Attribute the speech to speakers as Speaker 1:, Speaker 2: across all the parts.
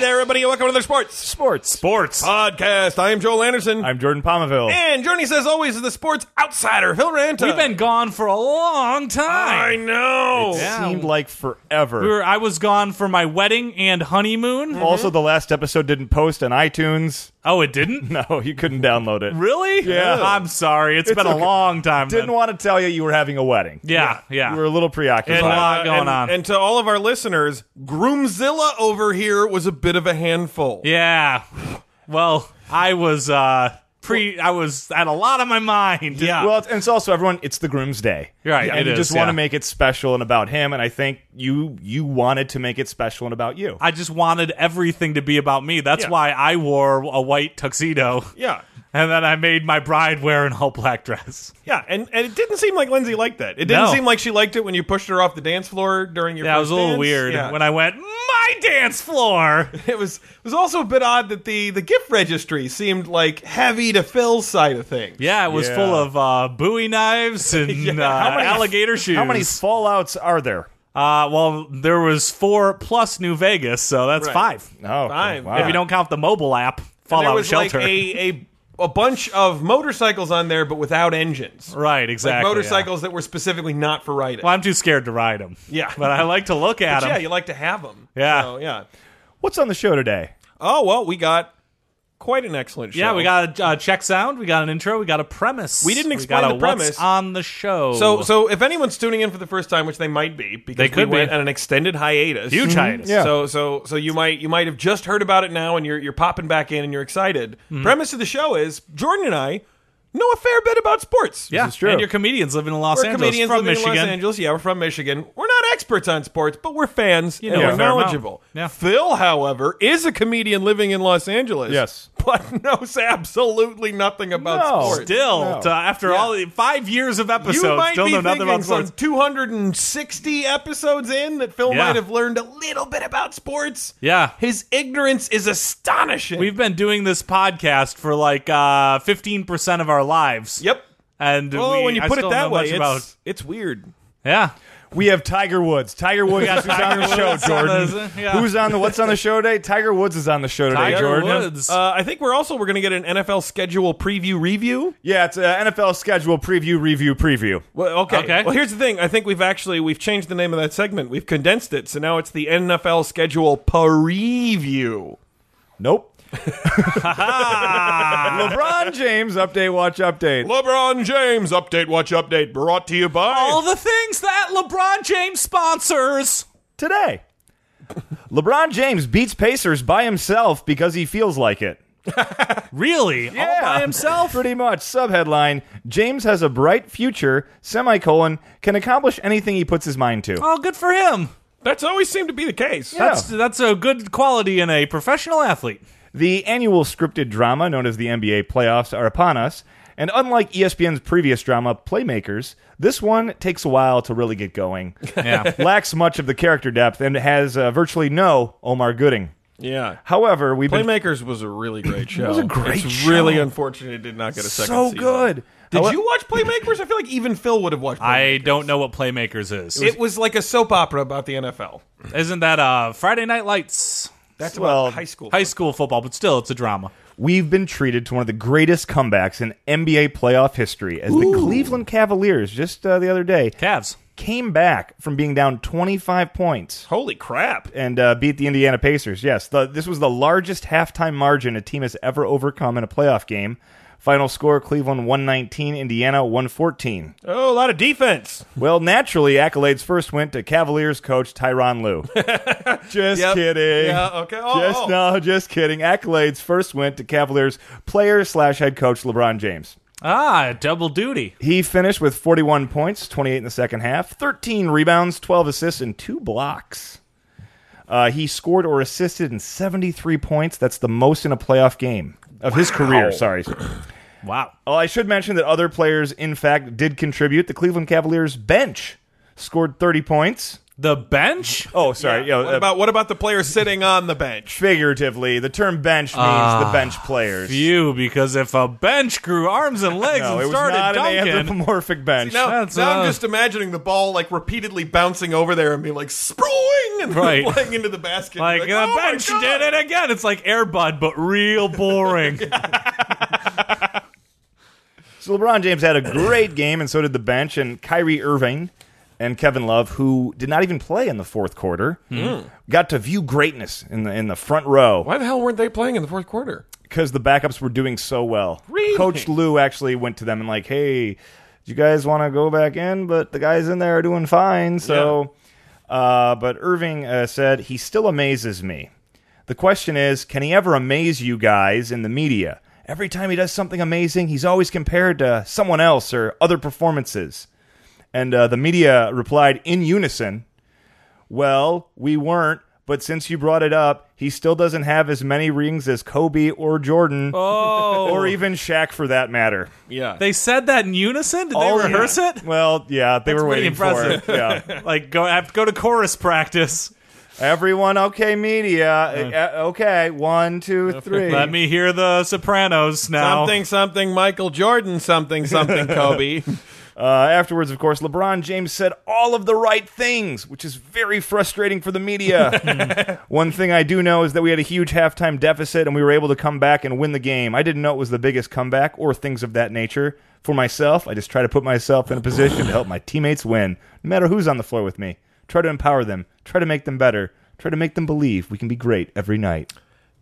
Speaker 1: there, everybody. Welcome to the Sports
Speaker 2: Sports. Sports.
Speaker 1: Podcast. I am Joel Anderson.
Speaker 2: I'm Jordan Palmaville.
Speaker 1: and Journey says always is the sports outsider, Phil Ranta.
Speaker 3: We've been gone for a long
Speaker 1: I
Speaker 3: time.
Speaker 1: know.
Speaker 3: Yeah.
Speaker 2: Seemed like forever.
Speaker 3: We were- I was gone for my wedding and honeymoon.
Speaker 2: also, the last episode didn't post on iTunes.
Speaker 3: Oh, it didn't?
Speaker 2: No, you couldn't download it.
Speaker 3: Really?
Speaker 2: Yeah.
Speaker 3: I'm sorry. it's been
Speaker 2: okay.
Speaker 3: a long time. then.
Speaker 2: Didn't want to tell you you were having a wedding.
Speaker 3: Yeah, yeah.
Speaker 2: You were a little preoccupied.
Speaker 3: And, uh,
Speaker 1: Uh,
Speaker 3: going
Speaker 1: and,
Speaker 3: on.
Speaker 1: And to all of our listeners, Groomzilla over here was a bit of a handful.
Speaker 3: yeah. Well, I was uh pre I was had a lot on my mind. Yeah.
Speaker 2: well, it's, and it's also everyone. It's the groom's day,
Speaker 3: Right,
Speaker 2: Yeah, and
Speaker 3: it
Speaker 2: you
Speaker 3: is,
Speaker 2: just want to
Speaker 3: yeah.
Speaker 2: make it special and about him. And I think you you wanted to make it special and about you.
Speaker 3: I just wanted everything to be about me. That's
Speaker 2: Yeah.
Speaker 3: why I wore a white tuxedo.
Speaker 1: Yeah.
Speaker 3: And then I made my bride wear an all black dress.
Speaker 1: Yeah, and, and it didn't seem like Lindsay liked that. It didn't
Speaker 3: No.
Speaker 1: seem like she liked it when you pushed her off the dance floor during your
Speaker 3: Yeah, it
Speaker 1: first
Speaker 3: was a little
Speaker 1: dance.
Speaker 3: weird
Speaker 1: Yeah.
Speaker 3: when I went, my dance floor.
Speaker 1: it was it was also a bit odd that the the gift registry seemed like heavy to Phil's side of things.
Speaker 3: Yeah, it was
Speaker 2: Yeah.
Speaker 3: full of uh, Bowie knives and uh, alligator shoes.
Speaker 2: How many fallouts are there?
Speaker 3: Uh, well, there was four plus New Vegas, so that's
Speaker 1: Right.
Speaker 3: five.
Speaker 2: Oh,
Speaker 1: Five.
Speaker 2: wow.
Speaker 3: If you don't count the mobile app, Fallout
Speaker 1: there was
Speaker 3: Shelter.
Speaker 1: like a, a a bunch of motorcycles on there, but without engines.
Speaker 3: right,
Speaker 1: Like
Speaker 3: exactly. yeah.
Speaker 1: motorcycles that were specifically not for riding.
Speaker 3: Well, I'm too scared to ride them.
Speaker 1: Yeah.
Speaker 3: but I like to look at
Speaker 1: But yeah,
Speaker 3: them.
Speaker 1: you like to have them.
Speaker 3: Yeah.
Speaker 1: So, yeah.
Speaker 2: What's on the show today?
Speaker 1: Oh well, we got quite an excellent show.
Speaker 3: Yeah, we got a uh, check sound, we got an intro, we got a premise.
Speaker 1: We didn't
Speaker 3: we
Speaker 1: explain
Speaker 3: got
Speaker 1: the
Speaker 3: a
Speaker 1: premise.
Speaker 3: What's on the show?
Speaker 1: So, so if anyone's tuning in for the first time, which they might be, because
Speaker 3: They could
Speaker 1: we went
Speaker 3: be.
Speaker 1: on an extended hiatus, Mm-hmm.
Speaker 3: Huge Mhm. hiatus.
Speaker 2: Yeah.
Speaker 1: So, so, so you might you might have just heard about it now, and you're you're popping back in, and you're excited.
Speaker 3: Mm-hmm.
Speaker 1: Premise of the show is Jordan and I know a fair bit about sports.
Speaker 3: yeah,
Speaker 2: is true.
Speaker 3: and you're comedians living in Los
Speaker 1: We're
Speaker 3: Angeles
Speaker 1: comedians
Speaker 3: from
Speaker 1: living
Speaker 3: Michigan.
Speaker 1: in Los Angeles. Yeah, we're from Michigan. We're not experts on sports, but we're fans
Speaker 3: know
Speaker 1: and
Speaker 3: a
Speaker 1: we're
Speaker 3: fair amount.
Speaker 1: knowledgeable.
Speaker 3: Yeah.
Speaker 1: Phil, however, is a comedian living in Los Angeles.
Speaker 2: Yes.
Speaker 1: But knows absolutely nothing about
Speaker 2: No.
Speaker 1: sports.
Speaker 3: Still,
Speaker 2: No.
Speaker 3: to- after all five years of episodes,
Speaker 1: you might
Speaker 3: still
Speaker 1: be
Speaker 3: know nothing
Speaker 1: thinking
Speaker 3: about
Speaker 1: some
Speaker 3: sports.
Speaker 1: 260 episodes in that Phil
Speaker 3: Yeah.
Speaker 1: might have learned a little bit about sports.
Speaker 3: Yeah.
Speaker 1: His ignorance is astonishing.
Speaker 3: We've been doing this podcast for like uh, 15% of our lives.
Speaker 1: yep.
Speaker 3: And
Speaker 1: Well,
Speaker 3: we-
Speaker 1: when you
Speaker 3: I
Speaker 1: put it
Speaker 3: still
Speaker 1: that
Speaker 3: don't know
Speaker 1: way, it's,
Speaker 3: much about,
Speaker 1: it's weird.
Speaker 3: yeah.
Speaker 2: We have Tiger Woods. Tiger Woods is on the show,
Speaker 3: Tiger
Speaker 2: Jordan.
Speaker 3: Woods. Yeah.
Speaker 2: Who's on the What's on the show today? Tiger Woods is on the show today,
Speaker 3: Tiger
Speaker 2: Jordan.
Speaker 3: Woods.
Speaker 1: Uh, I think we're also we're going to get an NFL schedule preview review.
Speaker 2: Yeah, it's uh, an NFL schedule preview, review, preview.
Speaker 1: Well, okay.
Speaker 3: Okay.
Speaker 1: Well, here's the thing. I think we've actually we've changed the name of that segment. We've condensed it, so now it's the NFL schedule preview.
Speaker 2: Nope. LeBron James update, watch update.
Speaker 1: LeBron James update, watch update, brought to you by
Speaker 3: all the things that LeBron James sponsors.
Speaker 2: Today, LeBron James beats Pacers by himself because he feels like it.
Speaker 3: Really? All by himself?
Speaker 2: Pretty much. Subheadline James has a bright future, semicolon, can accomplish anything he puts his mind to.
Speaker 3: Oh, good for him.
Speaker 1: That's always seemed to be the case.
Speaker 2: Yeah.
Speaker 3: That's that's a good quality in a professional athlete.
Speaker 2: The annual scripted drama known as the NBA playoffs are upon us, and unlike E ESPN's previous drama, Playmakers, this one takes a while to really get going,
Speaker 3: Yeah.
Speaker 2: lacks much of the character depth, and has uh, virtually no Omar Gooding.
Speaker 1: Yeah.
Speaker 2: However, we've been
Speaker 1: Playmakers was a really great show. it
Speaker 2: was a great
Speaker 1: it's
Speaker 2: show.
Speaker 1: really unfortunate it did not get a second
Speaker 2: so
Speaker 1: season.
Speaker 2: good.
Speaker 1: Did
Speaker 2: Howe-
Speaker 1: you watch Playmakers? I feel like even Phil would have watched Playmakers.
Speaker 3: I don't know what Playmakers is.
Speaker 1: it was like a soap opera about the NFL.
Speaker 3: Isn't that uh, Friday Night Lights?
Speaker 1: That's
Speaker 2: Well,
Speaker 1: about high school.
Speaker 3: High school football, but still, it's a drama.
Speaker 2: We've been treated to one of the greatest comebacks in NBA playoff history as the Cleveland Cavaliers just uh, the other day
Speaker 3: Cavs.
Speaker 2: came back from being down 25 points.
Speaker 1: Holy crap.
Speaker 2: and uh, beat the Indiana Pacers. Yes, the, this was the largest halftime margin a team has ever overcome in a playoff game. Final score Cleveland 119, Indiana 114.
Speaker 1: Oh, a lot of defense.
Speaker 2: Well, naturally, accolades first went to Cavaliers coach Tyron Lue. just
Speaker 1: Yep.
Speaker 2: kidding.
Speaker 1: Yeah, okay. Oh,
Speaker 2: just
Speaker 1: oh.
Speaker 2: no, just kidding. Accolades first went to Cavaliers player slash head coach LeBron James.
Speaker 3: Ah, double duty.
Speaker 2: He finished with 41 points, 28 in the second half, 13 rebounds, 12 assists, and two blocks. Uh, he scored or assisted in 73 points. That's the most in a playoff game of his career. Sorry.
Speaker 3: Wow.
Speaker 2: Oh, I should mention that other players, in fact, did contribute. The Cleveland Cavaliers bench scored 30 points.
Speaker 3: The bench?
Speaker 2: Oh, sorry. Yeah,
Speaker 1: What
Speaker 2: uh,
Speaker 1: about what about the player sitting on the bench?
Speaker 2: figuratively, the term bench means the bench players.
Speaker 3: You, because if a bench grew arms and legs
Speaker 2: No, it
Speaker 3: and
Speaker 2: was
Speaker 3: started
Speaker 2: not an
Speaker 3: dunking,
Speaker 2: anthropomorphic bench.
Speaker 1: Now,
Speaker 3: That's,
Speaker 1: now
Speaker 3: uh,
Speaker 1: I'm just imagining the ball like repeatedly bouncing over there and being like sprawling and
Speaker 3: Right.
Speaker 1: flying into the basket.
Speaker 3: like the
Speaker 1: oh my
Speaker 3: bench
Speaker 1: God.
Speaker 3: did it again. It's like Airbud, but real boring.
Speaker 2: So LeBron James had a great game, and so did the bench, and Kyrie Irving and Kevin Love, who did not even play in the fourth quarter, got to view greatness in the in the front row
Speaker 1: Why the hell weren't they playing in the fourth quarter?
Speaker 2: because the backups were doing so well.
Speaker 1: Really?
Speaker 2: Coach Lou actually went to them and like, hey, do you guys want to go back in? But the guys in there are doing fine, so. Uh, but Irving uh, said, he still amazes me. The question is, can he ever amaze you guys in the media? Every time he does something amazing, he's always compared to someone else or other performances. And uh, the media replied in unison, well, we weren't, but since you brought it up, he still doesn't have as many rings as Kobe or Jordan
Speaker 3: Oh.
Speaker 2: or even Shaq for that matter.
Speaker 1: Yeah.
Speaker 3: They said that in unison. Did
Speaker 2: All-
Speaker 3: they rehearse
Speaker 2: Oh, yeah.
Speaker 3: it?
Speaker 2: Well, yeah, they were
Speaker 3: pretty
Speaker 2: waiting for it.
Speaker 3: impressive.
Speaker 2: Yeah.
Speaker 3: Like go have, go to chorus practice.
Speaker 2: Everyone, okay, media. Uh, uh, okay, one, two, three.
Speaker 3: Let me hear the Sopranos now.
Speaker 1: something something Michael Jordan something something Kobe.
Speaker 2: Uh, afterwards, of course, LeBron James said all of the right things, which is very frustrating for the media. One thing I do know is that we had a huge halftime deficit and we were able to come back and win the game. I didn't know it was the biggest comeback or things of that nature. For myself, I just try to put myself in a position to help my teammates win, no matter who's on the floor with me. Try to empower them, try to make them better, try to make them believe we can be great every night.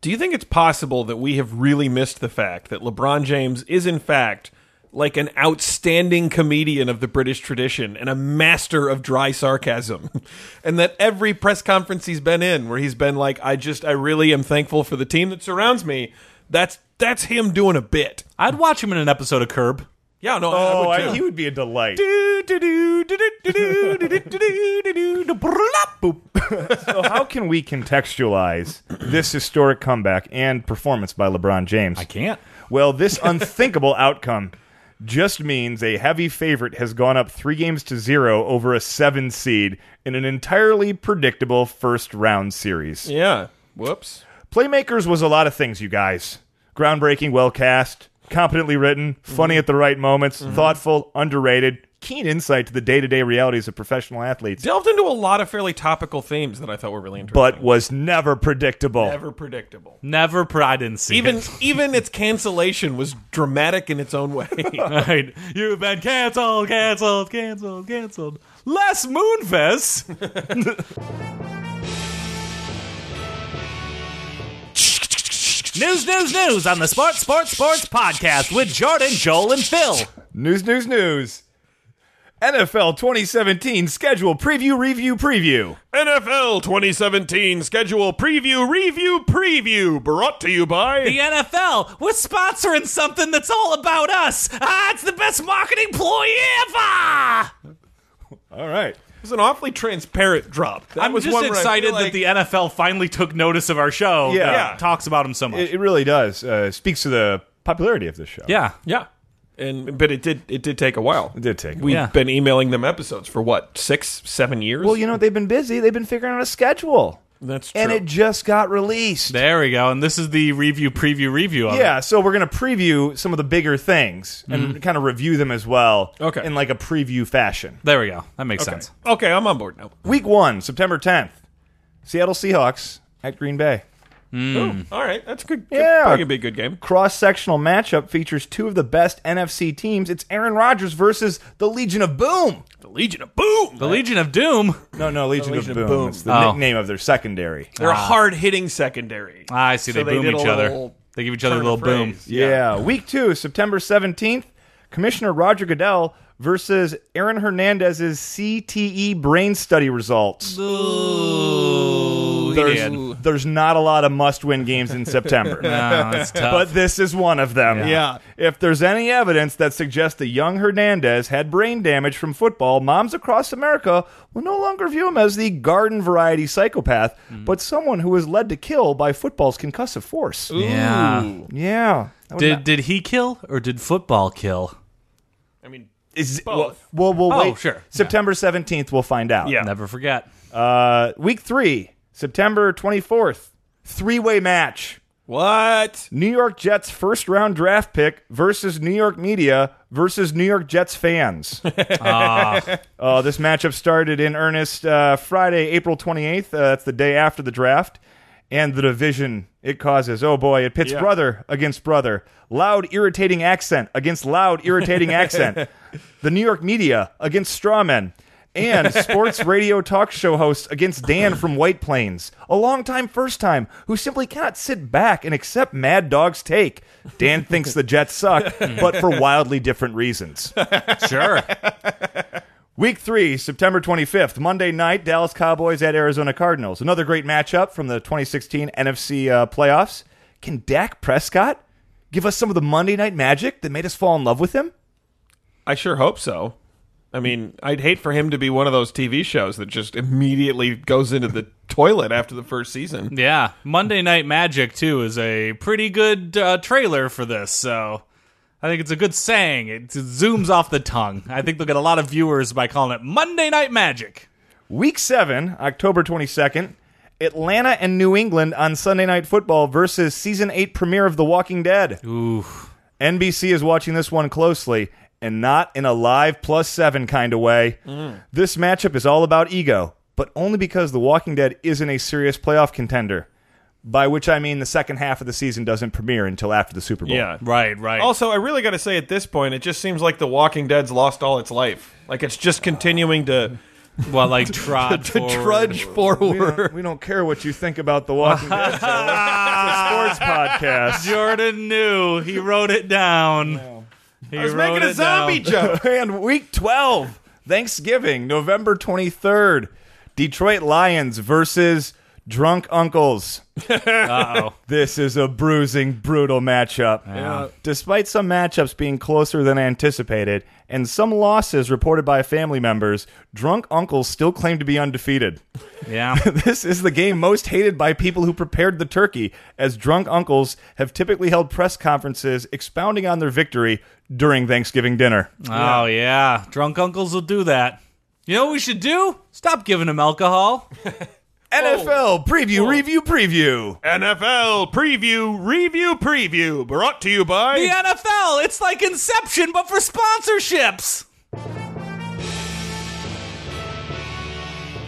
Speaker 1: Do you think it's possible that we have really missed the fact that LeBron James is, in fact, like an outstanding comedian of the British tradition and a master of dry sarcasm? and that every press conference he's been in, where he's been like, I just, I really am thankful for the team that surrounds me, that's that's him doing a bit.
Speaker 3: I'd watch him in an episode of Curb.
Speaker 1: Yeah, no, I- I would too.
Speaker 2: Oh, he would be a delight. so, how can we contextualize this historic comeback and performance by LeBron James?
Speaker 3: I can't.
Speaker 2: Well, this unthinkable outcome just means a heavy favorite has gone up three games to zero over a seven seed in an entirely predictable first round series.
Speaker 1: yeah. Whoops.
Speaker 2: Playmakers was a lot of things, you guys. Groundbreaking, well cast, competently written, funny at the right moments, thoughtful, underrated, keen insight to the day to day realities of professional athletes,
Speaker 1: Delved into a lot of fairly topical themes that I thought were really interesting.
Speaker 2: but was never predictable.
Speaker 1: ever predictable.
Speaker 3: Never. Pr- I didn't see
Speaker 1: Even
Speaker 3: it.
Speaker 1: even its cancellation was dramatic in its own way.
Speaker 3: Right. You've been canceled, canceled, canceled, canceled. Les Moonves. news, news, news on the Sports, Sports, Sports podcast with Jordan, Joel, and Phil.
Speaker 2: News, news, news. NFL 2017 schedule preview, review, preview.
Speaker 1: NFL 2017 schedule preview review preview brought to you by
Speaker 3: The NFL, we're sponsoring something that's all about us. Ah, it's the best marketing ploy ever.
Speaker 2: All right.
Speaker 1: It was an awfully transparent drop. That
Speaker 3: I'm
Speaker 1: was
Speaker 3: just
Speaker 1: one where I
Speaker 3: excited
Speaker 1: feel like-
Speaker 3: that the NFL finally took notice of our show.
Speaker 2: Yeah.
Speaker 3: that Talks about him so much.
Speaker 2: It, it really does. Uh, speaks to the popularity of this show.
Speaker 3: yeah.
Speaker 1: Yeah. And but it did it did take a while. It
Speaker 2: did take a
Speaker 1: We've
Speaker 3: while.
Speaker 1: been emailing them episodes for what, 6 7 years?
Speaker 2: Well, you know, they've been busy. They've been figuring out a schedule.
Speaker 1: That's
Speaker 2: And
Speaker 1: true.
Speaker 2: it just got released.
Speaker 3: There we go. And this is the review, preview, review of it.
Speaker 2: yeah, so we're going to preview some of the bigger things and kind of review them as well
Speaker 1: Mm-hmm. Okay.
Speaker 2: in like a preview fashion.
Speaker 3: There we go. That makes sense.
Speaker 1: okay, I'm on board now.
Speaker 2: Week 1, September 10th. Seattle Seahawks at Green Bay.
Speaker 3: Mm.
Speaker 1: Ooh, all right, that's good.
Speaker 2: Yeah.
Speaker 1: That could be a good game.
Speaker 2: cross sectional matchup features two of the best NFC teams. It's Aaron Rodgers versus the Legion of Boom.
Speaker 1: The Legion of Boom.
Speaker 3: The Legion of Doom.
Speaker 2: No, no, Legion,
Speaker 1: Legion
Speaker 2: of,
Speaker 1: of
Speaker 2: Boom.
Speaker 1: Boom.
Speaker 2: It's the
Speaker 3: Oh.
Speaker 2: nickname of their secondary.
Speaker 1: They're a hard-hitting secondary.
Speaker 3: Ah, I see.
Speaker 1: So
Speaker 3: they boom
Speaker 1: did a
Speaker 3: each other.
Speaker 1: little
Speaker 3: They give each other a
Speaker 1: turn
Speaker 3: little
Speaker 1: of
Speaker 3: boom.
Speaker 1: phrase.
Speaker 2: Yeah. Week two, September 17th, Commissioner Roger Goodell versus Aaron Hernandez's CTE brain study results.
Speaker 3: Ooh, he
Speaker 2: There's,
Speaker 3: did.
Speaker 2: there's not a lot of must win games in September.
Speaker 3: No, Ah, that's tough.
Speaker 2: But this is one of them.
Speaker 1: Yeah.
Speaker 2: If there's any evidence that suggests the young Hernandez had brain damage from football, moms across America will no longer view him as the garden variety psychopath,
Speaker 3: Mm.
Speaker 2: but someone who was led to kill by football's concussive force.
Speaker 3: yeah.
Speaker 2: Yeah. That would
Speaker 3: Did
Speaker 2: not-
Speaker 3: did he kill or did football kill?
Speaker 1: I mean,
Speaker 2: Is,
Speaker 1: Both.
Speaker 2: Well, we'll,
Speaker 3: Oh,
Speaker 2: wait.
Speaker 3: sure.
Speaker 2: September 17th, we'll find out.
Speaker 1: Yeah.
Speaker 3: Never forget.
Speaker 2: Uh, week three, September 24th, three way match.
Speaker 1: What?
Speaker 2: New York Jets first round draft pick versus New York media versus New York Jets fans.
Speaker 1: Ah.
Speaker 2: Uh, this matchup started in earnest uh, Friday, April 28th. Uh, that's the day after the draft. And the division it causes. Oh boy, it pits
Speaker 1: Yeah.
Speaker 2: brother against brother. Loud, irritating accent against loud, irritating accent. The New York media against straw men. And sports radio talk show hosts against Dan from White Plains, a longtime first time who simply cannot sit back and accept Mad Dog's take. Dan thinks the Jets suck, but for wildly different reasons.
Speaker 3: Sure.
Speaker 2: Week three, September 25th, Monday night, Dallas Cowboys at Arizona Cardinals. Another great matchup from the 2016 NFC uh, playoffs. Can Dak Prescott give us some of the Monday night magic that made us fall in love with him?
Speaker 1: I sure hope so. I mean, I'd hate for him to be one of those TV shows that just immediately goes into the toilet after the first season.
Speaker 3: yeah. Monday Night Magic, too, is a pretty good uh, trailer for this, so I think it's a good saying. It zooms off the tongue. I think they'll get a lot of viewers by calling it Monday Night Magic.
Speaker 2: Week seven, October 22nd, Atlanta and New England on Sunday Night Football versus season eight premiere of The Walking Dead.
Speaker 3: Ooh.
Speaker 2: NBC is watching this one closely and not in a live plus seven kind of way. This matchup is all about ego, but only because The Walking Dead isn't a serious playoff contender. By which I mean the second half of the season doesn't premiere until after the Super Bowl.
Speaker 1: Yeah.
Speaker 3: Right, right.
Speaker 1: Also, I really got to say at this point, it just seems like The Walking Dead's lost all its life. Like it's just continuing to
Speaker 3: well, like trod
Speaker 1: to
Speaker 3: forward.
Speaker 1: trudge
Speaker 2: We don't,
Speaker 1: forward.
Speaker 2: we don't care what you think about The Walking Dead. Joe. It's a sports podcast.
Speaker 3: Jordan knew. He wrote it down. He
Speaker 1: I was
Speaker 3: wrote
Speaker 1: making a
Speaker 3: it down.
Speaker 1: zombie joke.
Speaker 2: and week 12, Thanksgiving, November 23rd, Detroit Lions versus Drunk Uncles.
Speaker 3: Uh-oh.
Speaker 2: This is a bruising, brutal matchup. Despite some matchups being closer than anticipated and some losses reported by family members, drunk uncles still claim to be undefeated.
Speaker 3: Yeah.
Speaker 2: this is the game most hated by people who prepared the turkey, as drunk uncles have typically held press conferences expounding on their victory during Thanksgiving dinner.
Speaker 3: Oh yeah, drunk uncles will do that. You know what we should do? Stop giving them alcohol. Oh.
Speaker 2: NFL preview, review, preview.
Speaker 1: NFL preview, review, preview, brought to you by.
Speaker 3: The NFL, it's like Inception but for sponsorships.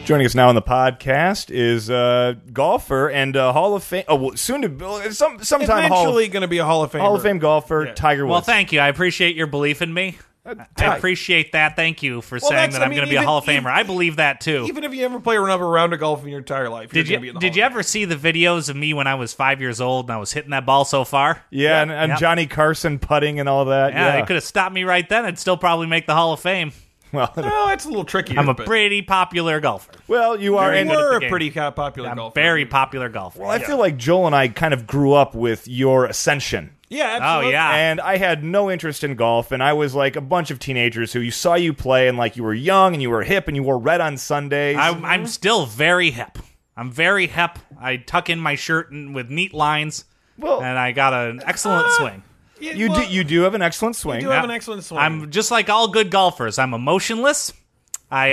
Speaker 2: Joining us now on the podcast is uh, golfer and uh, Hall of Fame. Oh, well, soon to some sometime Hall of
Speaker 1: Eventually, going to be a Hall of Fame.
Speaker 2: Hall of Fame golfer Tiger Woods.
Speaker 3: Well, thank you. I appreciate your belief in me. I
Speaker 2: Ty-
Speaker 3: appreciate that. Thank you for saying
Speaker 1: Uh, that's-
Speaker 3: that
Speaker 1: I
Speaker 3: I'm
Speaker 1: mean,
Speaker 3: going to be a
Speaker 1: even-
Speaker 3: Hall of Famer.
Speaker 1: even-
Speaker 3: I believe that too.
Speaker 1: Even if you ever play another round of golf in your entire life,
Speaker 3: did you did you ever see the videos of me when I was 5 years old and I was hitting that ball so far?
Speaker 2: yeah, and, and
Speaker 3: Yeah.
Speaker 2: Johnny Carson putting and all that.
Speaker 3: Yeah,
Speaker 2: Yeah,
Speaker 3: it could have stopped me right then. I'd still probably make the Hall of Fame.
Speaker 2: Well,
Speaker 1: No, that's a little tricky.
Speaker 3: I'm a
Speaker 1: but
Speaker 3: pretty popular golfer.
Speaker 2: well, you are.
Speaker 1: You
Speaker 2: And,
Speaker 3: good at
Speaker 1: were
Speaker 3: the
Speaker 1: a
Speaker 3: game.
Speaker 1: pretty co- popular
Speaker 3: I'm
Speaker 1: golfer.
Speaker 3: very popular golfer.
Speaker 2: well, I feel like Joel and I kind of grew up with your ascension.
Speaker 1: yeah,
Speaker 3: oh
Speaker 1: absolutely.
Speaker 3: yeah.
Speaker 2: And I had no interest in golf, and I was like a bunch of teenagers who you saw you play, and like you were young and you were hip and you wore red on Sundays.
Speaker 3: I'm, I'm still very hip. I'm very hip. I tuck in my shirt and with neat lines,
Speaker 2: Well-
Speaker 3: and I got an excellent swing.
Speaker 1: Yeah,
Speaker 2: you
Speaker 1: well,
Speaker 2: do you do have an excellent swing.
Speaker 1: do Ah, have an excellent swing.
Speaker 3: I'm just like all good golfers. I'm emotionless. I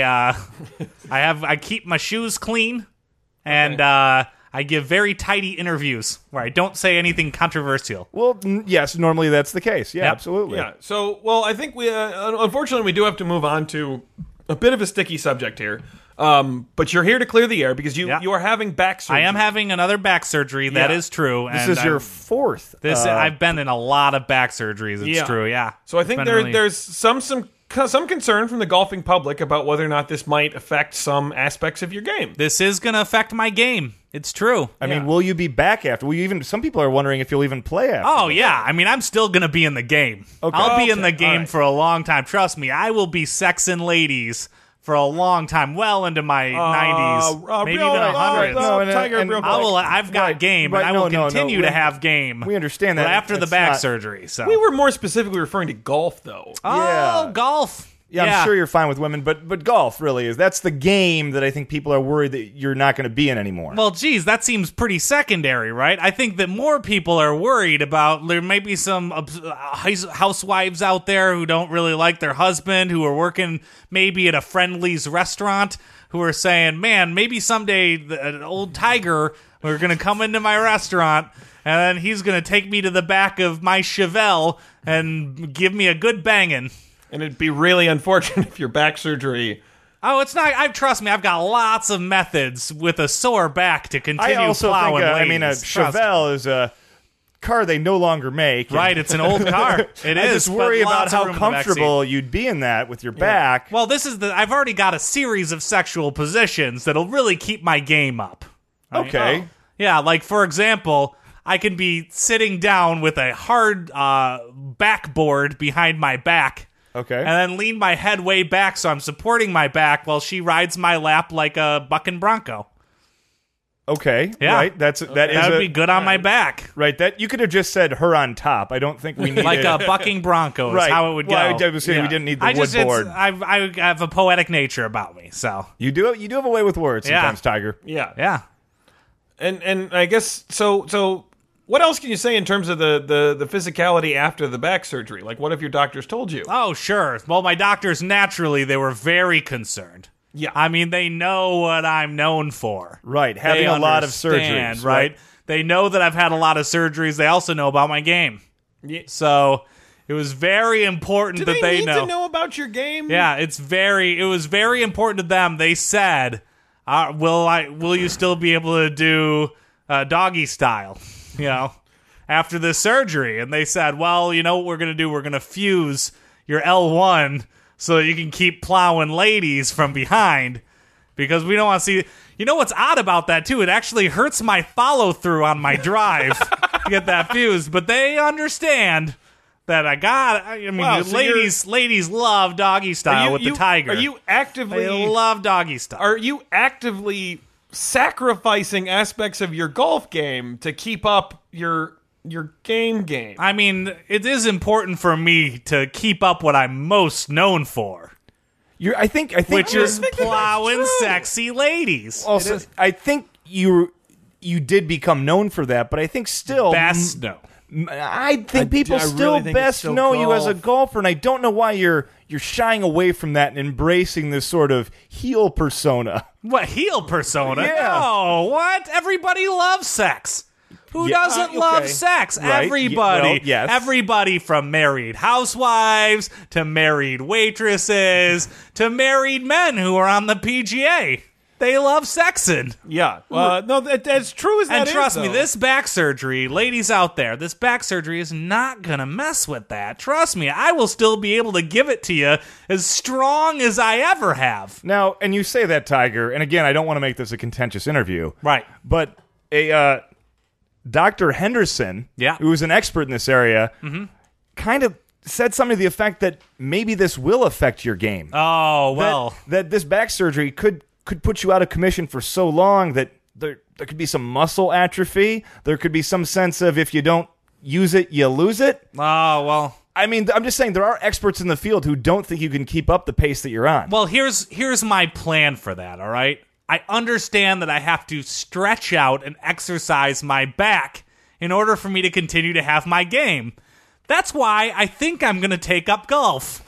Speaker 3: uh, I have I keep my shoes clean, and uh, I give very tidy interviews where I don't say anything controversial.
Speaker 2: well, n- yes, normally that's the case. Yeah,
Speaker 3: Yep.
Speaker 2: absolutely.
Speaker 1: Yeah. So, well, I think we uh, unfortunately we do have to move on to a bit of a sticky subject here. Um, but you're here to clear the air because you
Speaker 3: Yeah.
Speaker 1: you are having back surgery.
Speaker 3: I am having another back surgery. That is
Speaker 1: Yeah.
Speaker 3: true.
Speaker 2: This
Speaker 3: and
Speaker 2: is your
Speaker 3: I'm-
Speaker 2: fourth.
Speaker 3: this.
Speaker 2: uh,
Speaker 3: I've been in a lot of back surgeries. It's
Speaker 1: Yeah.
Speaker 3: true. Yeah.
Speaker 1: So I
Speaker 3: It's
Speaker 1: think
Speaker 3: been
Speaker 1: there
Speaker 3: really-
Speaker 1: there's some some some concern from the golfing public about whether or not this might affect some aspects of your game.
Speaker 3: this is gonna affect my game. It's true.
Speaker 2: I mean, will you be back after? Will you even? Some people are wondering if you'll even play after.
Speaker 3: Oh yeah, I mean I'm still gonna be in the game. I'll be in the
Speaker 1: Okay,
Speaker 3: game
Speaker 1: alright.
Speaker 3: for a long time. Trust me, I will be sexing ladies for a long time, well into my nineties,
Speaker 1: uh,
Speaker 3: maybe
Speaker 1: real-
Speaker 3: even
Speaker 1: uh,
Speaker 3: hundreds.
Speaker 2: no, no,
Speaker 1: Tiger,
Speaker 2: and-
Speaker 1: real
Speaker 2: I
Speaker 1: quick.
Speaker 3: I will. I've got
Speaker 2: Right,
Speaker 3: game,
Speaker 2: right,
Speaker 3: and I
Speaker 2: no,
Speaker 3: will
Speaker 2: no, no,
Speaker 3: continue
Speaker 2: we-
Speaker 3: to have game.
Speaker 2: we understand that.
Speaker 3: Well, after the
Speaker 2: It's
Speaker 3: back
Speaker 2: not-
Speaker 3: surgery. So
Speaker 1: we were more specifically referring to golf, though.
Speaker 3: oh
Speaker 2: Yeah.
Speaker 3: golf.
Speaker 2: Yeah,
Speaker 3: Yeah.
Speaker 2: I'm sure you're fine with women, but but golf really is that's the game that I think people are worried that you're not going to be in anymore.
Speaker 3: Well, geez, that seems pretty secondary, right? I think that more people are worried about there may be some obs- uh, hous- housewives out there who don't really like their husband, who are working maybe at a friendly's restaurant, who are saying, man, maybe someday the, an old tiger are going to come into my restaurant and then he's going to take me to the back of my Chevelle and give me a good banging.
Speaker 1: And it'd be really unfortunate if your back surgery.
Speaker 3: Oh, it's not. I trust me. I've got lots of methods with a sore back to
Speaker 2: I
Speaker 3: continue
Speaker 2: also think
Speaker 3: plowing
Speaker 2: uh, I mean a
Speaker 3: lanes. Trust me.
Speaker 2: Chevelle is a car they no longer make. and
Speaker 3: Right, it's an old car. It is.
Speaker 2: I just worry
Speaker 3: but
Speaker 2: about
Speaker 3: lots of
Speaker 2: how
Speaker 3: room in the backseat.
Speaker 2: comfortable you'd be in that with your back.
Speaker 3: Well, this is the. I've already got a series of sexual positions that'll really keep my game up.
Speaker 2: okay.
Speaker 3: oh. Yeah, like for example, I can be sitting down with a hard uh, backboard behind my back.
Speaker 2: Okay.
Speaker 3: And then lean my head way back so I'm supporting my back while she rides my lap like a bucking bronco.
Speaker 2: Okay.
Speaker 3: Yeah.
Speaker 2: Right. That's that is
Speaker 3: That would
Speaker 2: a-
Speaker 3: be good on my back.
Speaker 2: Right. That you could have just said her on top. I don't think we needed
Speaker 3: Like a bucking bronco is
Speaker 2: Right.
Speaker 3: how it would go.
Speaker 2: Well, I would- I was saying we didn't need the
Speaker 3: I just,
Speaker 2: wood
Speaker 3: it's-
Speaker 2: board.
Speaker 3: I've, I have a poetic nature about me, so
Speaker 2: You do you do have a way with words
Speaker 3: Yeah.
Speaker 2: sometimes, Tiger.
Speaker 1: Yeah.
Speaker 3: yeah.
Speaker 1: And and I guess so so what else can you say in terms of the, the, the physicality after the back surgery? Like what if your doctors told you?
Speaker 3: Oh, sure. Well, my doctors naturally they were very concerned.
Speaker 1: Yeah.
Speaker 3: I mean, they know what I'm known for.
Speaker 2: Right, having
Speaker 3: They
Speaker 2: a lot of
Speaker 3: understand,
Speaker 2: surgeries,
Speaker 3: right?
Speaker 2: right.
Speaker 3: They know that I've had a lot of surgeries. They also know about my game.
Speaker 1: Yeah.
Speaker 3: So, it was very important
Speaker 1: Do
Speaker 3: that
Speaker 1: they,
Speaker 3: they
Speaker 1: need to know about your game?
Speaker 3: Yeah, it's very. It was very important to them. They said, uh, "Will I? Will you still be able to do uh, doggy style?" You know, after the surgery, and they said, "Well, you know what we're gonna do? We're gonna fuse your L one so that you can keep plowing ladies from behind because we don't want to see." You know what's odd about that too? It actually hurts my follow through on my drive to get that fused, but they understand. That I got. I mean,
Speaker 1: Wow, so you're-
Speaker 3: ladies, ladies love doggy
Speaker 1: Are
Speaker 3: style
Speaker 1: you-
Speaker 3: uh, with
Speaker 1: you-
Speaker 3: the tiger.
Speaker 1: Are you
Speaker 3: They
Speaker 1: actively
Speaker 3: love doggy style.
Speaker 1: are you actively sacrificing aspects of your golf game to keep up your your game game?
Speaker 3: I mean, it is important for me to keep up what I'm most known for,
Speaker 2: You're, I think I think
Speaker 3: which
Speaker 2: you're-
Speaker 3: is
Speaker 1: think that that's
Speaker 3: plowing
Speaker 1: true.
Speaker 3: sexy ladies.
Speaker 2: also I think you you did become known for that, but I think still
Speaker 1: mm,
Speaker 3: Best no.
Speaker 2: m- I think people
Speaker 1: I really
Speaker 2: still
Speaker 1: think it's
Speaker 2: best
Speaker 1: still
Speaker 2: know you as a
Speaker 1: golf.
Speaker 2: golfer, and I don't know why you're you're shying away from that and embracing this sort of heel persona.
Speaker 3: What heel persona?
Speaker 2: Yeah.
Speaker 3: No, what? Everybody loves sex. Who
Speaker 2: Yeah,
Speaker 3: doesn't
Speaker 2: uh,
Speaker 3: love
Speaker 2: okay.
Speaker 3: sex?
Speaker 2: Right, ye-
Speaker 3: Everybody.
Speaker 2: well, yes.
Speaker 3: Everybody from married housewives to married waitresses to married men who are on the PGA. They love sexing.
Speaker 1: yeah. Uh, no, that, as true as that
Speaker 3: And
Speaker 1: is,
Speaker 3: trust me,
Speaker 1: though.
Speaker 3: this back surgery, ladies out there, this back surgery is not going to mess with that. Trust me, I will still be able to give it to you as strong as I ever have.
Speaker 2: Now, and you say that, Tiger, and again, I don't want to make this a contentious interview.
Speaker 3: Right.
Speaker 2: But a uh, Dr. Henderson,
Speaker 3: Yeah. Mm-hmm.
Speaker 2: who is an expert in this area, kind of said something to the effect that maybe this will affect your game.
Speaker 3: Oh,
Speaker 2: that,
Speaker 3: well.
Speaker 2: that this back surgery could could put you out of commission for so long that there there could be some muscle atrophy. There could be some sense of if you don't use it, you lose it.
Speaker 3: Oh, well.
Speaker 2: I mean, th- I'm just saying there are experts in the field who don't think you can keep up the pace that you're on.
Speaker 3: Well, here's here's my plan for that, all right? I understand that I have to stretch out and exercise my back in order for me to continue to have my game. That's why I think I'm going to take up golf.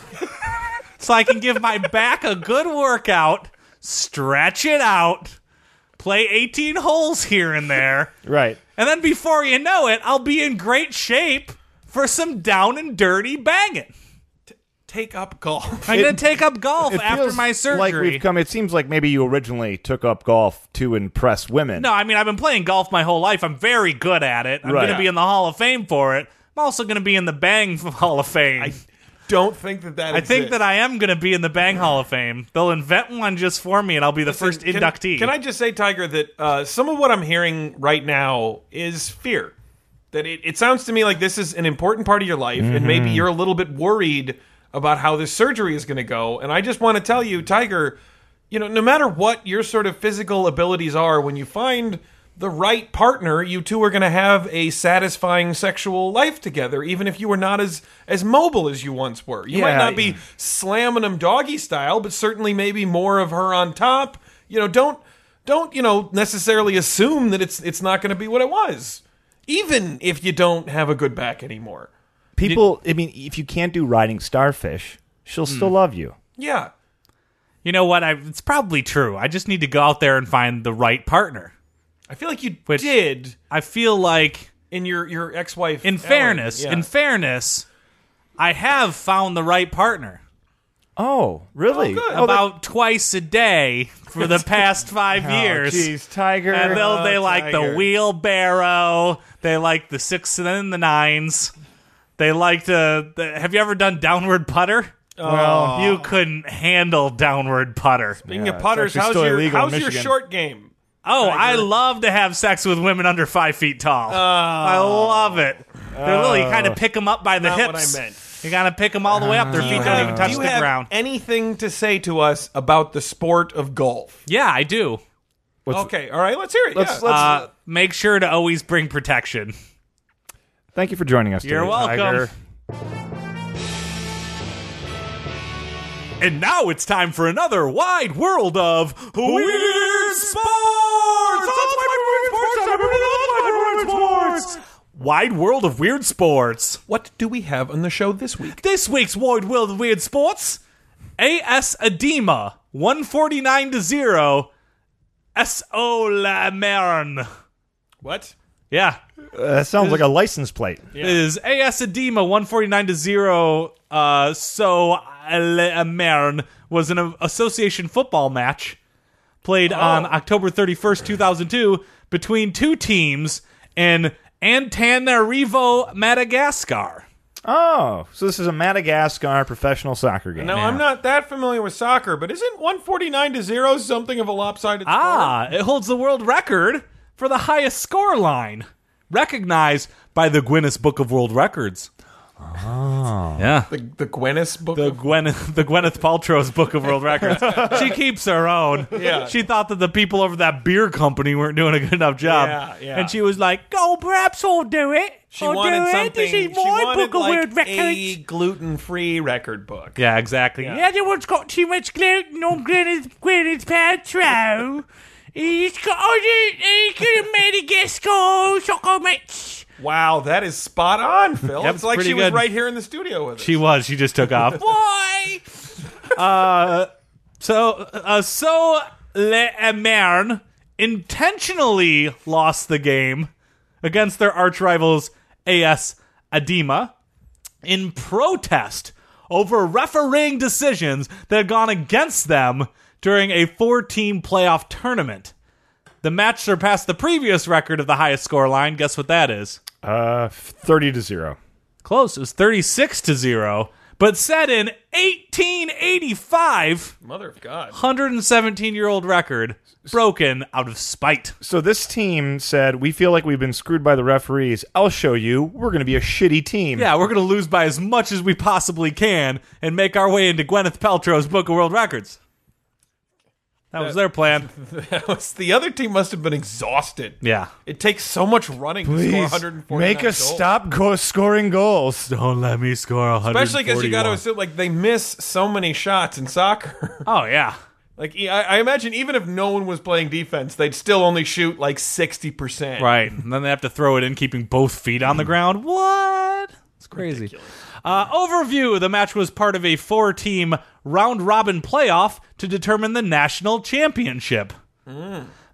Speaker 3: so I can give my back a good workout, stretch it out, play 18 holes here and there.
Speaker 2: right.
Speaker 3: And then before you know it, I'll be in great shape for some down and dirty banging.
Speaker 1: take up golf.
Speaker 3: I'm going to take up golf
Speaker 2: It
Speaker 3: after
Speaker 2: feels
Speaker 3: my surgery.
Speaker 2: Like we've come, it seems like maybe you originally took up golf to impress women.
Speaker 3: No, I mean I've been playing golf my whole life. I'm very good at it. I'm
Speaker 2: Right.
Speaker 3: going to be in the Hall of Fame for it. I'm also going to be in the Bang Hall of Fame. I,
Speaker 1: Don't think that that.
Speaker 3: think that I am going to be in the Bang Hall of Fame. They'll invent one just for me, and I'll be the first
Speaker 1: can,
Speaker 3: inductee.
Speaker 1: Can I just say, Tiger, that uh, some of what I'm hearing right now is fear. That it, it sounds to me like this is an important part of your life, and maybe
Speaker 3: Mm-hmm.
Speaker 1: you're a little bit worried about how this surgery is going to go. And I just want to tell you, Tiger, you know, no matter what your sort of physical abilities are, when you find the right partner, you two are going to have a satisfying sexual life together, even if you were not as as mobile as you once were. You might
Speaker 2: Yeah,
Speaker 1: not be
Speaker 2: yeah.
Speaker 1: slamming him doggy style, but certainly maybe more of her on top. You know, don't don't you know necessarily assume that it's it's not going to be what it was, even if you don't have a good back anymore.
Speaker 2: People, I mean, if you can't do riding starfish, she'll
Speaker 3: Hmm.
Speaker 2: still love you.
Speaker 1: Yeah.
Speaker 3: You know what? I, it's probably true. I just need to go out there and find the right partner.
Speaker 1: I feel like you
Speaker 3: Which-
Speaker 1: did
Speaker 3: I feel like,
Speaker 1: in your your ex-wife
Speaker 3: in
Speaker 1: Ellen.
Speaker 3: fairness,
Speaker 1: Yeah.
Speaker 3: in fairness, I have found the right partner
Speaker 2: Oh, really?
Speaker 1: good.
Speaker 2: that-
Speaker 3: about twice a day for the past five
Speaker 2: Oh,
Speaker 3: years.
Speaker 2: Jeez, Tiger.
Speaker 3: And they'll, they
Speaker 1: Oh,
Speaker 3: like
Speaker 1: Tiger.
Speaker 3: the wheelbarrow. They like the six and then the nines. They like to. The, have you ever done downward putter?
Speaker 2: Well,
Speaker 3: You couldn't handle downward putter.
Speaker 1: Speaking
Speaker 2: Yeah,
Speaker 1: of
Speaker 2: it's
Speaker 1: putters,
Speaker 2: actually
Speaker 1: how's
Speaker 2: still
Speaker 1: your
Speaker 2: illegal in
Speaker 1: how's your
Speaker 2: Michigan.
Speaker 1: short game?
Speaker 3: Oh, I love to have sex with women under five feet
Speaker 1: Oh.
Speaker 3: tall. I love it. They're little. You kind of pick them up by the
Speaker 1: Not what
Speaker 3: hips.
Speaker 1: I meant.
Speaker 3: You gotta pick them all the way up. Their feet don't even touch
Speaker 1: Uh, do you
Speaker 3: the
Speaker 1: have
Speaker 3: ground.
Speaker 1: anything to say to us about the sport of golf?
Speaker 3: Yeah, I do.
Speaker 1: Okay, all right, let's hear it.
Speaker 2: let's,
Speaker 1: yeah.
Speaker 2: let's,
Speaker 3: Uh, make sure to always bring protection.
Speaker 2: thank you for joining us.
Speaker 3: You're
Speaker 2: today,
Speaker 3: welcome.
Speaker 2: Tiger.
Speaker 3: And now it's time for another wide world of weird sports. Wide world of weird sports.
Speaker 1: Uh, what do we have on the show this week?
Speaker 3: This week's Wide World of Weird Sports AS Edema 149 to 0 SO La Merne.
Speaker 1: What?
Speaker 3: Yeah.
Speaker 2: Uh, that sounds like a license plate.
Speaker 3: It is AS Edema 149 to 0 uh, SO La Merne was an a- association football match played on October 31st, 2002 between two teams in Antananarivo, Madagascar.
Speaker 2: Oh, so this is a Madagascar professional soccer game.
Speaker 1: Now I'm not that familiar with soccer, but isn't 149 to zero something of a lopsided sport?
Speaker 3: Ah, it holds the world record for the highest score line, recognized by the Guinness Book of World Records. Oh. Yeah.
Speaker 1: the the Gwyneth book.
Speaker 3: The
Speaker 1: of-
Speaker 3: Gwyneth, the Gwyneth Paltrow's Book of World Records. she keeps her own.
Speaker 1: Yeah.
Speaker 3: She thought that the people over that beer company weren't doing a good enough job.
Speaker 1: Yeah, yeah.
Speaker 3: And she was like, oh, perhaps I'll do it.
Speaker 1: she
Speaker 3: I'll
Speaker 1: wanted
Speaker 3: do it.
Speaker 1: something.
Speaker 3: This is
Speaker 1: she
Speaker 3: my
Speaker 1: wanted
Speaker 3: Book of
Speaker 1: like
Speaker 3: World Records.
Speaker 1: a gluten-free record book.
Speaker 3: Yeah, exactly. Everyone's got too much gluten on Gwyneth, Gwyneth Paltrow. He's got oh, he's good at Madagascar soccer match.
Speaker 1: Wow, that is spot on, Phil.
Speaker 3: Yep,
Speaker 1: it's like
Speaker 3: pretty
Speaker 1: she was
Speaker 3: good.
Speaker 1: right here in the studio with us.
Speaker 3: She was. She just took off. Why? uh, so, uh, so Le Amern intentionally lost the game against their arch rivals AS Adema in protest over refereeing decisions that had gone against them during a four-team playoff tournament. The match surpassed the previous record of the highest score line. Guess what that is?
Speaker 2: Uh, thirty to zero.
Speaker 3: close. It was 36 to 0, but set in 1885,
Speaker 1: Mother of God.
Speaker 3: 117 year old record broken out of spite.
Speaker 2: So this team said, "We feel like we've been screwed by the referees. I'll show you. We're going to be a shitty team."
Speaker 3: Yeah, we're going to lose by as much as we possibly can and make our way into Gwyneth Paltrow's Book of World Records. That was their plan.
Speaker 1: That was- the other team must have been exhausted.
Speaker 3: Yeah.
Speaker 1: It takes so much running to score
Speaker 2: Please
Speaker 1: 149
Speaker 2: make us
Speaker 1: goals.
Speaker 2: stop go- scoring goals.
Speaker 3: Don't let me score 141.
Speaker 1: Especially because you got to assume like they miss so many shots in soccer.
Speaker 3: Oh, yeah.
Speaker 1: like e, I, I imagine, even if no one was playing defense, they'd still only shoot like sixty percent.
Speaker 3: Right. And then they have to throw it in, keeping both feet on the ground. What? It's crazy. Uh, overview The match was part of a four team round robin playoff to determine the national championship.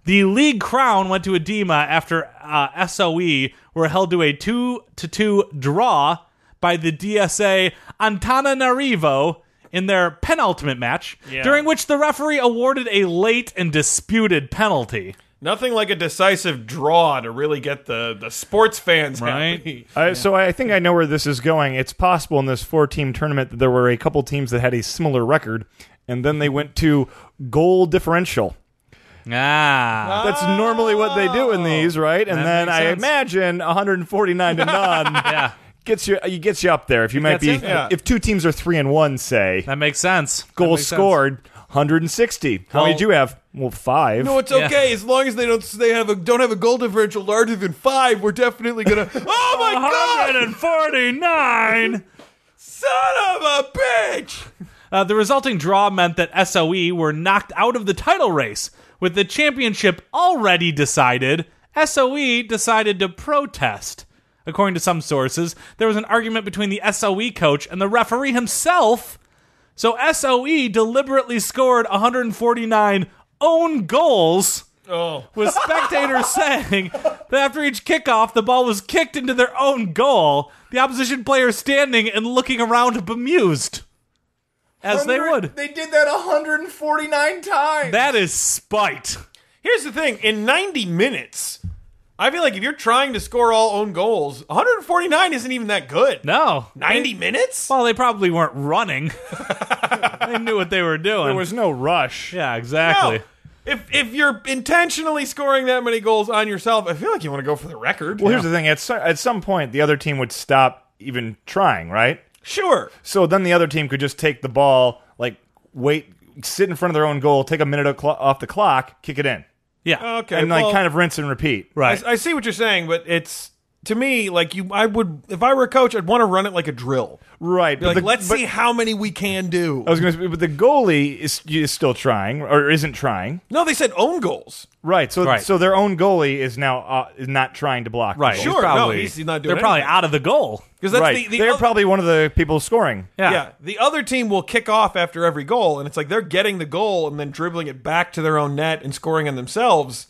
Speaker 3: The league crown went to Edema after uh, SOE were held to a 2 to 2 draw by the DSA Antananarivo in their penultimate match, during which the referee awarded a late and disputed penalty.
Speaker 1: Nothing like a decisive draw to really get the the sports fans
Speaker 3: Right.
Speaker 1: happy.
Speaker 2: I, So I think I know where this is going. It's possible in this four-team tournament that there were a couple teams that had a similar record, and then they went to goal differential.
Speaker 3: Ah.
Speaker 2: That's normally what they do in these, right? And
Speaker 3: That
Speaker 2: then
Speaker 3: makes
Speaker 2: I
Speaker 3: sense.
Speaker 2: imagine 149 to none. yeah. Gets you, you gets you up there. If you might
Speaker 3: That's
Speaker 2: be,
Speaker 3: it.
Speaker 1: Yeah.
Speaker 2: if two teams are three and one, say
Speaker 3: That makes sense. That
Speaker 2: goals
Speaker 3: makes sense.
Speaker 2: scored, 160. How many did you have? Well, five.
Speaker 1: No, it's
Speaker 3: Yeah.
Speaker 1: okay as long as they don't they have a don't have a goal differential larger than five. We're definitely gonna. Oh my
Speaker 3: Uh-huh.
Speaker 1: god!
Speaker 3: 149.
Speaker 1: Son of a bitch!
Speaker 3: Uh, the resulting draw meant that SOE were knocked out of the title race. With the championship already decided, SOE decided to protest. According to some sources, there was an argument between the SOE coach and the referee himself. So SOE deliberately scored 149 own goals.
Speaker 1: Oh,
Speaker 3: with spectators saying that after each kickoff, the ball was kicked into their own goal, the opposition player standing and looking around bemused. As they would.
Speaker 4: They did that 149 times.
Speaker 3: That is spite.
Speaker 1: here's the thing: in 90 minutes, I feel like if you're trying to score all own goals, 149 isn't even that good.
Speaker 3: No.
Speaker 1: 90 minutes?
Speaker 3: Well, they probably weren't running. they knew what they were doing.
Speaker 2: There was no rush.
Speaker 3: yeah, exactly.
Speaker 1: No. If if you're intentionally scoring that many goals on yourself, I feel like you want to go for the record.
Speaker 2: Well, here's the thing. At, so, at some point, the other team would stop even trying, right?
Speaker 1: sure.
Speaker 2: So then the other team could just take the ball, like, wait, sit in front of their own goal, take a minute o- clo- off the clock, kick it in.
Speaker 3: Yeah.
Speaker 1: Okay.
Speaker 2: And, like,
Speaker 1: well-
Speaker 2: kind of rinse and repeat.
Speaker 3: Right.
Speaker 1: I, I see what you're saying, but it's to me like you. I would if I were a coach, I'd want to run it like a drill.
Speaker 2: Right.
Speaker 1: Be like,
Speaker 2: but the-
Speaker 1: let's
Speaker 2: but- Uh,
Speaker 1: see how many we can do.
Speaker 2: I was going to say, but the goalie is, is still trying or isn't trying.
Speaker 1: no, they said own goals.
Speaker 2: Right. So
Speaker 3: Right.
Speaker 2: so their own goalie is now uh, is not trying to block. the
Speaker 3: Right.
Speaker 2: goal.
Speaker 1: Sure, no,
Speaker 3: Probably-
Speaker 1: he's- he's not doing
Speaker 3: They're probably
Speaker 1: anything.
Speaker 3: out of the goal.
Speaker 1: Because that's
Speaker 2: right.
Speaker 1: the, the
Speaker 2: They're
Speaker 1: oth-
Speaker 2: probably one of the people scoring.
Speaker 3: Yeah.
Speaker 1: yeah. The other team will kick off after every goal, and it's like they're getting the goal and then dribbling it back to their own net and scoring on themselves.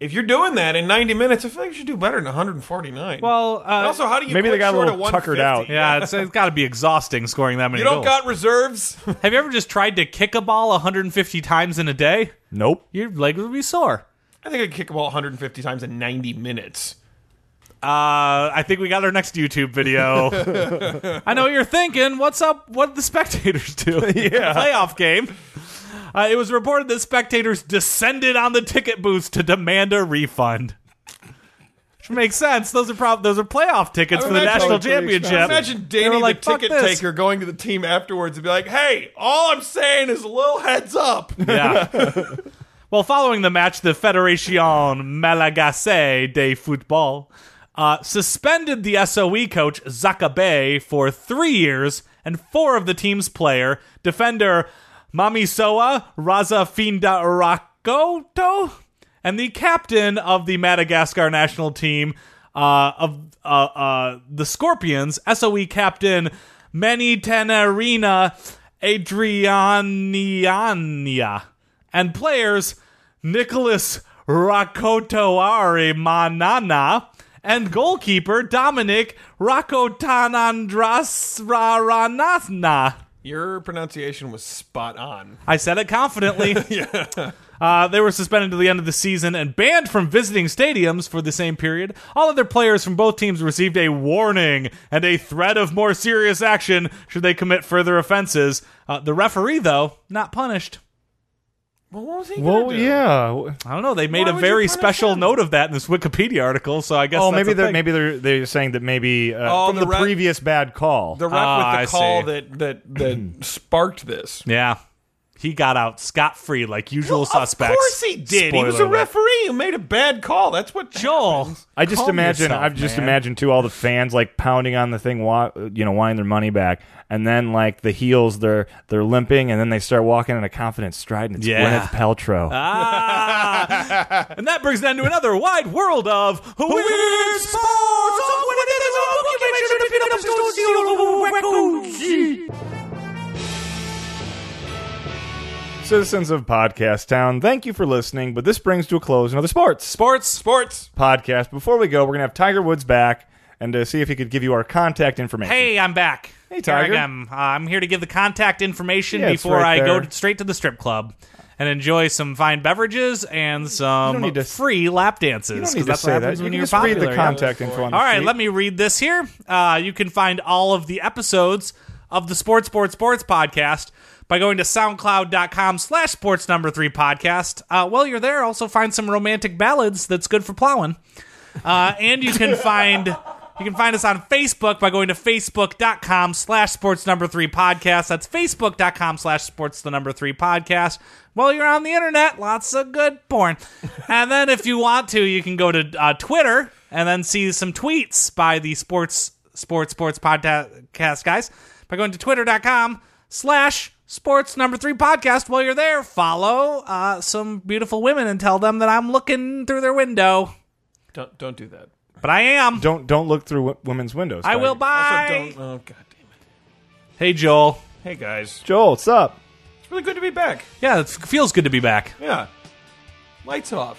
Speaker 1: If you're doing that in 90 minutes, I feel like you should do better than 149.
Speaker 3: Well, uh,
Speaker 1: And also, how do you
Speaker 2: maybe they
Speaker 1: quit
Speaker 2: got a
Speaker 1: short
Speaker 2: little
Speaker 1: of 150?
Speaker 2: tuckered out.
Speaker 3: Yeah, it's, it's got to be exhausting scoring that many
Speaker 1: You don't
Speaker 3: goals.
Speaker 1: got reserves.
Speaker 3: Have you ever just tried to kick a ball 150 times in a day?
Speaker 2: Nope.
Speaker 3: Your legs would be sore.
Speaker 1: I think I could kick a ball 150 times in 90 minutes.
Speaker 3: Uh, I think we got our next YouTube video. I know what you're thinking. What's up? What did the spectators do? Yeah. Playoff game. Uh, it was reported that spectators descended on the ticket booths to demand a refund. Which makes sense. Those are prob- those are playoff tickets
Speaker 1: I
Speaker 3: for the
Speaker 1: imagine-
Speaker 3: national
Speaker 1: Probably
Speaker 2: pretty
Speaker 3: championship.
Speaker 1: Imagine
Speaker 3: They were
Speaker 1: Danny,
Speaker 3: like,
Speaker 1: the
Speaker 3: "Fuck
Speaker 1: ticket
Speaker 3: this."
Speaker 1: taker, going to the team afterwards and be like, "Hey, all I'm saying is a little heads up."
Speaker 3: Yeah. well, following the match, the Fédération Malagasy de Football uh, suspended the SOE coach Zakabe for three years and four of the team's player defender Mamisoa Raza Findaarakoto and the captain of the Madagascar national team uh, of uh, uh, the Scorpions, SOE captain Manny Tanarina Adrianiania, and players Nicholas Rakotoari Manana and goalkeeper Dominic Rakotanandrasraranasna.
Speaker 1: Your pronunciation was spot on.
Speaker 3: I said it confidently. Uh, they were suspended to the end of the season and banned from visiting stadiums for the same period. All other players from both teams received a warning and a threat of more serious action should they commit further offenses. Uh, the referee, though, not punished.
Speaker 1: Well, what was he?
Speaker 2: Well,
Speaker 1: gonna do?
Speaker 2: yeah.
Speaker 3: I don't know. They made
Speaker 1: Why
Speaker 3: a
Speaker 1: would
Speaker 3: very
Speaker 1: you punish
Speaker 3: special
Speaker 1: him?
Speaker 3: note of that in this Wikipedia article, so I guess.
Speaker 2: Oh,
Speaker 3: that's
Speaker 2: maybe
Speaker 3: a
Speaker 2: they're
Speaker 3: thing.
Speaker 2: maybe they're they're saying that maybe uh,
Speaker 1: Oh,
Speaker 2: from
Speaker 1: the
Speaker 2: the,
Speaker 1: ref-
Speaker 2: previous bad call.
Speaker 1: The ref
Speaker 3: Ah, I
Speaker 1: with the call
Speaker 3: see.
Speaker 1: that that that sparked this.
Speaker 3: Yeah, he got out scot free like usual suspects.
Speaker 1: Of course he did. he was
Speaker 3: Spoiler
Speaker 1: a
Speaker 3: alert.
Speaker 1: referee who made a bad call. That's what
Speaker 3: Joel,
Speaker 2: I just
Speaker 3: calm
Speaker 2: imagine.
Speaker 3: yourself,
Speaker 2: I've just
Speaker 3: man.
Speaker 2: imagined too all the fans like pounding on the thing, wa- you know, wanting their money back, and then like the heels, they're they're limping, and then they start walking in a confident stride, and it's
Speaker 3: Yeah. Ah.
Speaker 2: Gwyneth Paltrow.
Speaker 3: And that brings then to another wide world of weird
Speaker 1: Oh,
Speaker 3: sports.
Speaker 2: Citizens of Podcast Town, thank you for listening, but this brings to a close another sports
Speaker 1: sports sports.
Speaker 2: podcast. Before we go, we're gonna have Tiger Woods back and to see if he could give you our contact information.
Speaker 3: Hey, I'm back.
Speaker 2: Hey, Tiger.
Speaker 3: Here I am. Uh, I'm here to give the contact information
Speaker 2: Yeah, it's
Speaker 3: before
Speaker 2: right
Speaker 3: I
Speaker 2: there.
Speaker 3: go to- straight to the strip club and enjoy some fine beverages and some
Speaker 2: need to-
Speaker 3: free lap dances.
Speaker 2: you don't
Speaker 3: 'cause
Speaker 2: need to
Speaker 3: that's
Speaker 2: say
Speaker 3: what
Speaker 2: that.
Speaker 3: happens
Speaker 2: You
Speaker 3: when
Speaker 2: can
Speaker 3: you're
Speaker 2: just
Speaker 3: popular.
Speaker 2: read the
Speaker 3: yeah.
Speaker 2: contact info. On
Speaker 3: All right, let me read this here. Uh, you can find all of the episodes of the Sports Sports Sports podcast by going to soundcloud.com slash sports number three podcast. Uh, while you're there, also find some romantic ballads that's good for plowing. Uh, and you can find You can find us on Facebook by going to facebook.com slash sports number three podcast. That's facebook.com slash sports the number three podcast. While you're on the internet, lots of good porn. And then if you want to, you can go to uh, Twitter and then see some tweets by the sports, sports, sports podcast guys by going to twitter.com slash sports number three podcast. While you're there, follow uh, some beautiful women and tell them that I'm looking through their window.
Speaker 1: Don't don't do that.
Speaker 3: But I am.
Speaker 2: Don't don't look through wo- women's windows.
Speaker 3: I
Speaker 2: Tiger.
Speaker 3: will buy.
Speaker 1: Also, don't. Oh god damn it.
Speaker 3: Hey, Joel.
Speaker 1: Hey guys,
Speaker 2: Joel, what's up?
Speaker 1: it's really good to be back.
Speaker 3: Yeah, it feels good to be back.
Speaker 1: Yeah. Lights off.